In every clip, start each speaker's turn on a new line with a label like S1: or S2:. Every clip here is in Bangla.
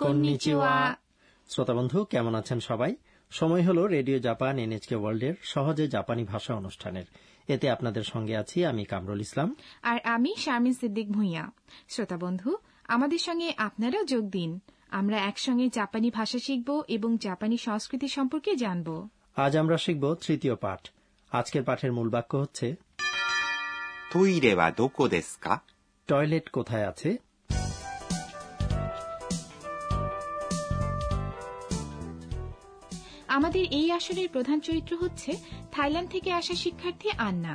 S1: কন্নিচিওয়া।
S2: শ্রোতা বন্ধু কেমন আছেন সবাই সময় হলো রেডিও জাপান এনএচকে ওয়ার্ল্ডের সহজে জাপানি ভাষা অনুষ্ঠানের এতে আপনাদের সঙ্গে আছি আমি কামরুল ইসলাম
S1: আর আমি শারমিন সিদ্দিক ভুঁইয়া শ্রোতা বন্ধু আমাদের সঙ্গে আপনারাও যোগ দিন আমরা একসঙ্গে জাপানি ভাষা শিখব এবং জাপানি সংস্কৃতি সম্পর্কে জানব
S2: আজ আমরা শিখব তৃতীয় পাঠ আজকের পাঠের মূল বাক্য হচ্ছে
S3: トイレはどこですか
S2: টয়লেট কোথায় আছে
S1: আমাদের এই আসরের প্রধান চরিত্র হচ্ছে থাইল্যান্ড থেকে আসা শিক্ষার্থী আন্না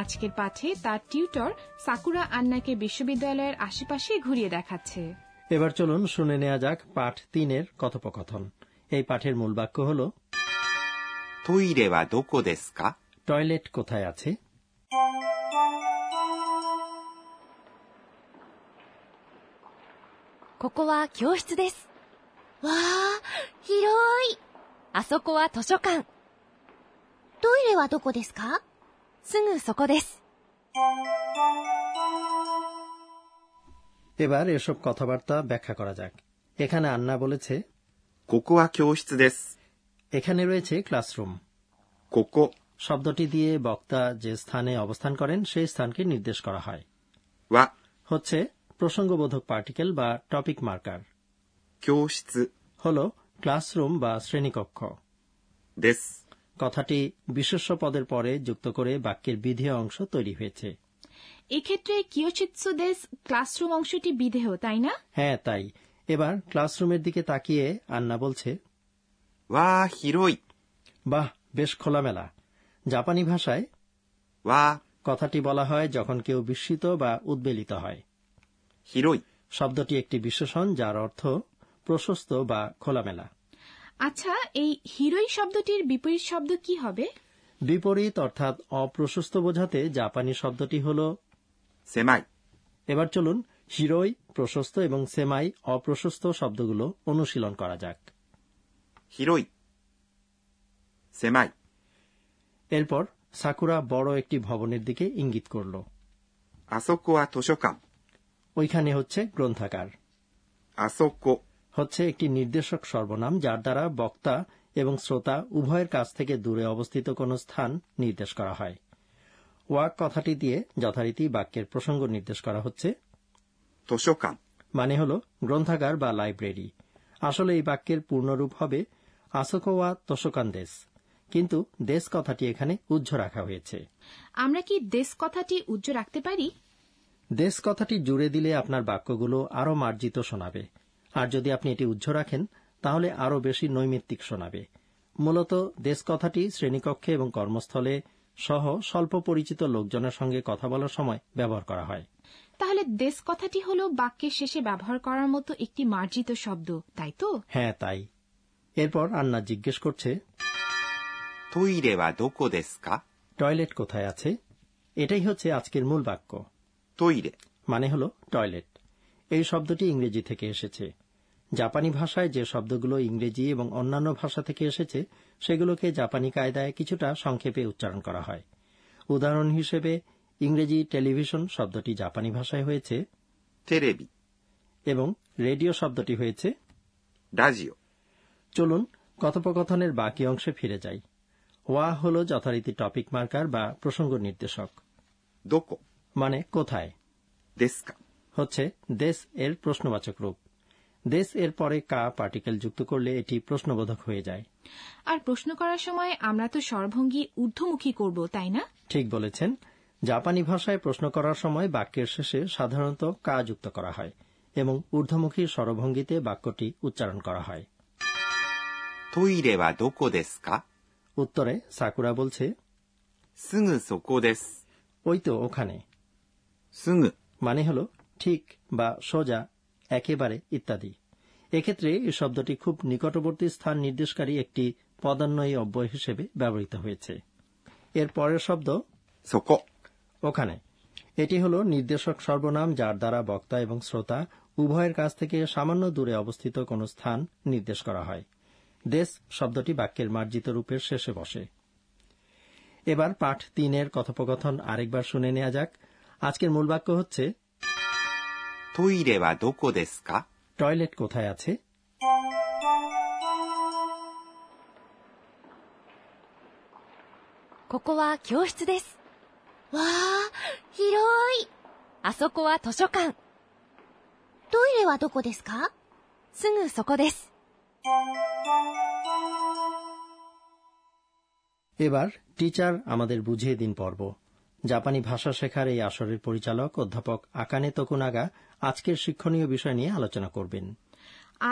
S1: আজকের পাঠে তার টিউটর সাকুরা আন্নাকে বিশ্ববিদ্যালয়ের আশেপাশে ঘুরিয়ে দেখাচ্ছে
S2: এবার চলুন শুনে নেওয়া যাক পাঠ তিনের কথোপকথন এই পাঠের মূল বাক্য হল
S3: トイレはどこですか
S2: টয়লেট কোথায় আছে
S4: ここは教室です。
S5: わあ、広い。
S4: あそこは図書館。
S5: トイレはどこですか
S4: すぐそこです。
S2: এবার এসব কথাবার্তা ব্যাখ্যা করা যাক এখানে আন্না বলেছে
S3: ここは教室です。
S2: এখানে রয়েছে ক্লাসরুম
S3: ここ
S2: শব্দটি দিয়ে বক্তা যে স্থানে অবস্থান করেন সেই স্থানকে নির্দেশ করা হয়
S3: は
S2: হচ্ছে প্রসঙ্গবোধক পার্টিকেল বা টপিক মার্কার
S3: 教室
S2: হল ক্লাসরুম বা শ্রেণীকক্ষ
S3: です。
S2: কথাটি বিশেষ্য পদের পরে যুক্ত করে বাক্যের বিধি অংশ তৈরি হয়েছে
S1: এক্ষেত্রে কিয়োচিৎসু দেশ ক্লাসরুম অংশটি বিধেয় তাই না
S2: হ্যাঁ তাই এবার ক্লাসরুমের দিকে তাকিয়ে আন্না বলছে
S3: わー広い。
S2: বাহ বেশ খোলামেলা জাপানি ভাষায়
S3: わー
S2: কথাটি বলা হয় যখন কেউ বিস্মিত বা উদ্বেলিত হয়
S3: 広い。
S2: শব্দটি একটি বিশেষণ যার অর্থ প্রশস্ত বা খোলামেলা
S1: আচ্ছা এই হিরোই শব্দটির বিপরীত শব্দ কি হবে
S2: বিপরীত অর্থাৎ অপ্রশস্ত বোঝাতে জাপানি শব্দটি হল
S3: 狭い。
S2: এবার চলুন হিরোই প্রশস্ত এবং সেমাই অপ্রশস্ত শব্দগুলো অনুশীলন করা যাক
S3: 広い。狭い。
S2: এরপর সাকুরা বড় একটি ভবনের দিকে ইঙ্গিত করল
S3: あそこは図書館。
S2: ওইখানে হচ্ছে গ্রন্থাগার
S3: あそこ
S2: হচ্ছে একটি নির্দেশক সর্বনাম যার দ্বারা বক্তা এবং শ্রোতা উভয়ের কাছ থেকে দূরে অবস্থিত কোনো স্থান নির্দেশ করা হয় ওয়াক কথাটি দিয়ে যথারীতি বাক্যের প্রসঙ্গ নির্দেশ করা হচ্ছে
S3: 図書館。
S2: মানে হল গ্রন্থাগার বা লাইব্রেরি আসলে এই বাক্যের পূর্ণরূপ হবে আসোকোয়া তোষকান দেশ কিন্তু দেশ কথাটি এখানে উজ্জ রাখা হয়েছে
S1: আমরা কি দেশ কথাটি উজ্জ্ব রাখতে পারি
S2: দেশ কথাটি জুড়ে দিলে আপনার বাক্যগুলো আরও মার্জিত শোনাবে আর যদি আপনি এটি উজ্জ রাখেন তাহলে আরও বেশি নৈমিত্তিক শোনাবে মূলত দেশ কথাটি শ্রেণীকক্ষে এবং কর্মস্থলে সহ স্বল্প পরিচিত লোকজনের সঙ্গে কথা বলার সময় ব্যবহার করা হয়
S1: তাহলে দেশ কথাটি হল বাক্যের শেষে ব্যবহার করার মতো একটি মার্জিত শব্দ তাই তো
S2: হ্যাঁ তাই এরপর আন্না জিজ্ঞেস করছে
S3: トイレはどこですか
S2: টয়লেট কোথায় আছে এটাই হচ্ছে আজকের মূল বাক্য
S3: トイレ。
S2: মানে হল টয়লেট এই শব্দটি ইংরেজি থেকে এসেছে জাপানি ভাষায় যে শব্দগুলো ইংরেজি এবং অন্যান্য ভাষা থেকে এসেছে সেগুলোকে জাপানি কায়দায় কিছুটা সংক্ষেপে উচ্চারণ করা হয় উদাহরণ হিসেবে ইংরেজি টেলিভিশন শব্দটি জাপানি ভাষায় হয়েছে
S3: テレビ。
S2: এবং রেডিও শব্দটি হয়েছে
S3: ラジオ。
S2: চলুন কথোপকথনের বাকি অংশে ফিরে যাই ওয়া হল যথারীতি টপিক মার্কার বা প্রসঙ্গ নির্দেশক
S3: どこ
S2: মানে কোথায়
S3: ですか
S2: হচ্ছে দেশ এর প্রশ্নবাচক রূপ দেশ এর পরে কা পার্টিকেল যুক্ত করলে এটি প্রশ্নবোধক হয়ে যায়
S1: আর প্রশ্ন করার সময় আমরা তো স্বরভঙ্গি ঊর্ধ্বমুখী করব তাই না
S2: ঠিক বলেছেন জাপানি ভাষায় প্রশ্ন করার সময় বাক্যের শেষে সাধারণত কা যুক্ত করা হয় এবং ঊর্ধ্বমুখী স্বরভঙ্গিতে বাক্যটি উচ্চারণ করা হয়
S3: トイレはどこですか
S2: উত্তরে সাকুরা বলছে
S3: すぐそこです。
S2: ওই তো ওখানে
S3: すぐ
S2: মানে হল ঠিক বা সোজা একেবারে ইত্যাদি এক্ষেত্রে এই শব্দটি খুব নিকটবর্তী স্থান নির্দেশকারী একটি পদান্বয়ী অব্যয় হিসেবে ব্যবহৃত হয়েছে এর পরের শব্দ
S3: そこ。
S2: ওখানে এটি হল নির্দেশক সর্বনাম যার দ্বারা বক্তা এবং শ্রোতা উভয়ের কাছ থেকে সামান্য দূরে অবস্থিত কোনো স্থান নির্দেশ করা হয় দেশ শব্দটি বাক্যের মার্জিত রূপের শেষে বসে এবার পাঠ তিনের কথোপকথন আরেকবার শুনে নেওয়া যাক আজকের মূল বাক্য হচ্ছে
S3: トイレはどこですか
S2: টয়লেট কোথায় আছে
S4: ここは教室です。
S5: わあ、広い。
S4: あそこは図書館。
S5: トイレはどこですか
S4: すぐそこです。
S2: এবার টিচার আমাদের বুঝিয়ে দিন পর্ব জাপানি ভাষা শেখার এই আসরের পরিচালক অধ্যাপক আকানে তকুনাগা আজকের শিক্ষণীয় বিষয় নিয়ে আলোচনা করবেন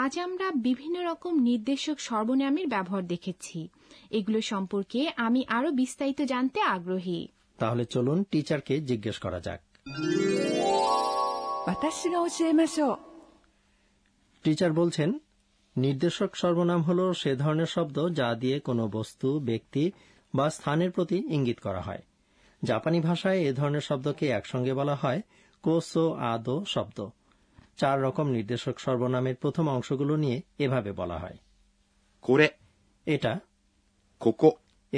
S1: আজ আমরা বিভিন্ন রকম নির্দেশক সর্বনামের ব্যবহার দেখেছি এগুলো সম্পর্কে আমি আরো বিস্তারিত জানতে আগ্রহী
S2: তাহলে চলুন টিচারকে জিজ্ঞেস করা যাক
S6: 私が教えましょう
S2: টিচার বলছেন নির্দেশক সর্বনাম হল সে ধরনের শব্দ যা দিয়ে কোনো বস্তু ব্যক্তি বা স্থানের প্রতি ইঙ্গিত করা হয় জাপানি ভাষায় এ ধরনের শব্দকে একসঙ্গে বলা হয় কোসো আদো শব্দ চার রকম নির্দেশক সর্বনামের প্রথম অংশগুলো নিয়ে এভাবে বলা হয়
S3: これ、
S2: এটা
S3: ここ、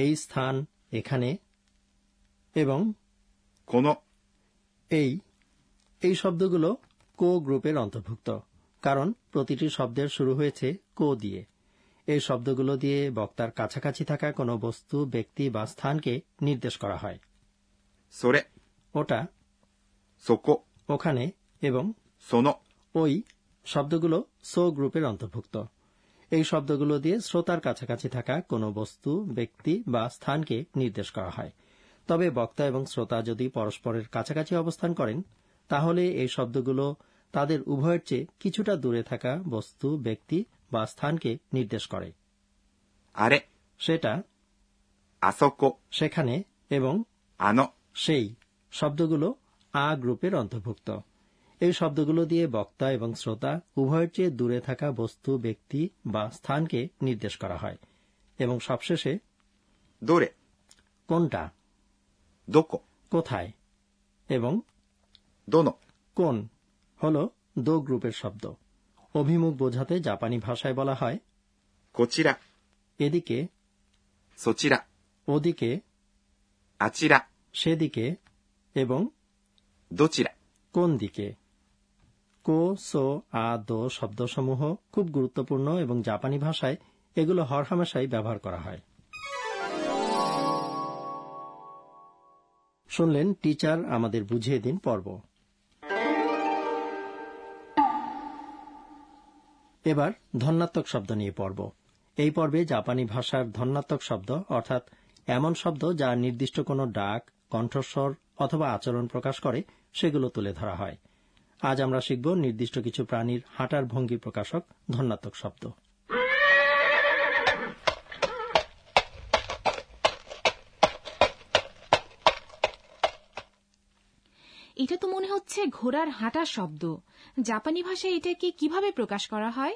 S2: এই স্থান এখানে এবং
S3: この、
S2: এই এই শব্দগুলো কো গ্রুপের অন্তর্ভুক্ত কারণ প্রতিটি শব্দের শুরু হয়েছে কো দিয়ে এই শব্দগুলো দিয়ে বক্তার কাছাকাছি থাকা কোনো বস্তু ব্যক্তি বা স্থানকে নির্দেশ করা হয়
S3: それ、
S2: ওটা
S3: そこ、
S2: ওখানে এবং
S3: その、
S2: ওই শব্দগুলো সো গ্রুপের অন্তর্ভুক্ত এই শব্দগুলো দিয়ে শ্রোতার কাছাকাছি থাকা কোনো বস্তু ব্যক্তি বা স্থানকে নির্দেশ করা হয় তবে বক্তা এবং শ্রোতা যদি পরস্পরের কাছাকাছি অবস্থান করেন তাহলে এই শব্দগুলো তাদের উভয়ের চেয়ে কিছুটা দূরে থাকা বস্তু ব্যক্তি বা স্থানকে নির্দেশ করে
S3: あれ、
S2: সেটা
S3: あそこ、
S2: সেখানে এবং
S3: あの、
S2: সেই শব্দগুলো আ গ্রুপের অন্তর্ভুক্ত এই শব্দগুলো দিয়ে বক্তা এবং শ্রোতা উভয়ের চেয়ে দূরে থাকা বস্তু ব্যক্তি বা স্থানকে নির্দেশ করা হয় এবং সবশেষে
S3: どれ、
S2: কোনটা
S3: どこ、
S2: কোথায় এবং
S3: どの、
S2: কোন হল দো গ্রুপের শব্দ অভিমুখ বোঝাতে জাপানি ভাষায় বলা হয়
S3: こちら、
S2: এদিকে
S3: そちら、
S2: ওদিকে
S3: あちら、
S2: সেদিকে এবং
S3: どちら、
S2: কোন দিকে কো সো আ দো শব্দসমূহ খুব গুরুত্বপূর্ণ এবং জাপানি ভাষায় এগুলো হরহামেশাই ব্যবহার করা হয় শুনলেন টিচার আমাদের বুঝিয়ে দিন পর্ব এবার ধন্যাত্মক শব্দ নিয়ে পর্ব এই পর্বে জাপানি ভাষার ধন্যাত্মক শব্দ অর্থাৎ এমন শব্দ যা নির্দিষ্ট কোনো ডাক কণ্ঠস্বর অথবা আচরণ প্রকাশ করে সেগুলো তুলে ধরা হয় আজ আমরা শিখব নির্দিষ্ট কিছু প্রাণীর হাঁটার ভঙ্গি প্রকাশক ধন্যাত্মক শব্দ
S1: এটা তো মনে হচ্ছে ঘোড়ার হাঁটা শব্দ জাপানি ভাষায় এটাকে কিভাবে প্রকাশ করা হয়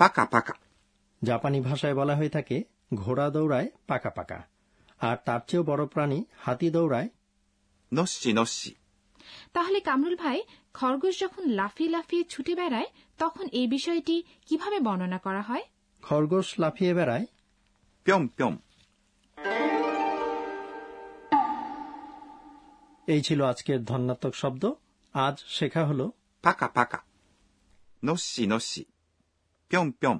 S3: パカパカ、
S2: জাপানি ভাষায় বলা হয়ে থাকে ঘোড়া দৌড়ায় পাকা পাকা আর তার চেয়েও বড় প্রাণী হাতি দৌড়ায়
S3: のっしのっし、
S1: তাহলে কামরুল ভাই খরগোশ যখন লাফিয়ে লাফিয়ে ছুটে বেড়ায় তখন এই বিষয়টি কিভাবে বর্ণনা করা হয়
S2: খরগোশ লাফিয়ে বেড়ায়
S3: ぴょんぴょん、
S2: এই ছিল আজকের ধন্যাত্মক শব্দ আজ শেখা হলো
S3: パカパカ、のっしのっし、ぴょんぴょん、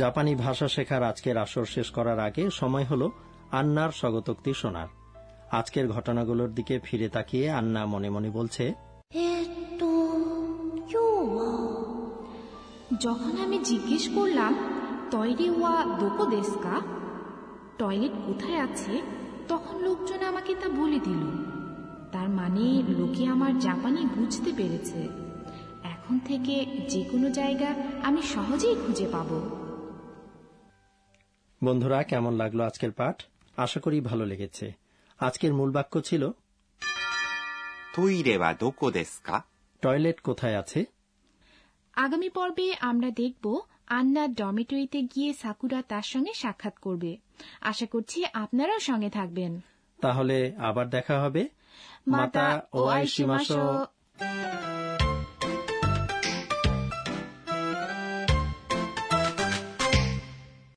S2: জাপানি ভাষা শেখার আজকের আসর শেষ করার আগে সময় হল আন্নার স্বগতোক্তি শোনার আজকের ঘটনাগুলোর দিকে ফিরে তাকিয়ে আন্না মনে মনে বলছে
S5: えーっと、今日は、
S1: যখন আমি জিজ্ঞেস করলাম টয়লে ওয়া দোকো দেশকা টয়লেট কোথায় আছে তখন লোকজন আমাকে তা বলে দিল তার মানে লোকে আমার জাপানি বুঝতে পেরেছে এখন থেকে যে কোনো জায়গা আমি সহজেই খুঁজে পাবো
S2: বন্ধুরা কেমন লাগলো আজকের পাঠ আশা করি ভালো লেগেছে আজকের মূল বাক্য ছিল
S3: トイレはどこですか
S2: টয়লেট কোথায় আছে
S1: আগামী পর্বে আমরা দেখব আন্না ডমিটরিতে গিয়ে সাকুরা তার সঙ্গে সাক্ষাৎ করবে আশা করছি আপনারাও সঙ্গে থাকবেন
S2: তাহলে আবার দেখা হবে またお会いしましょう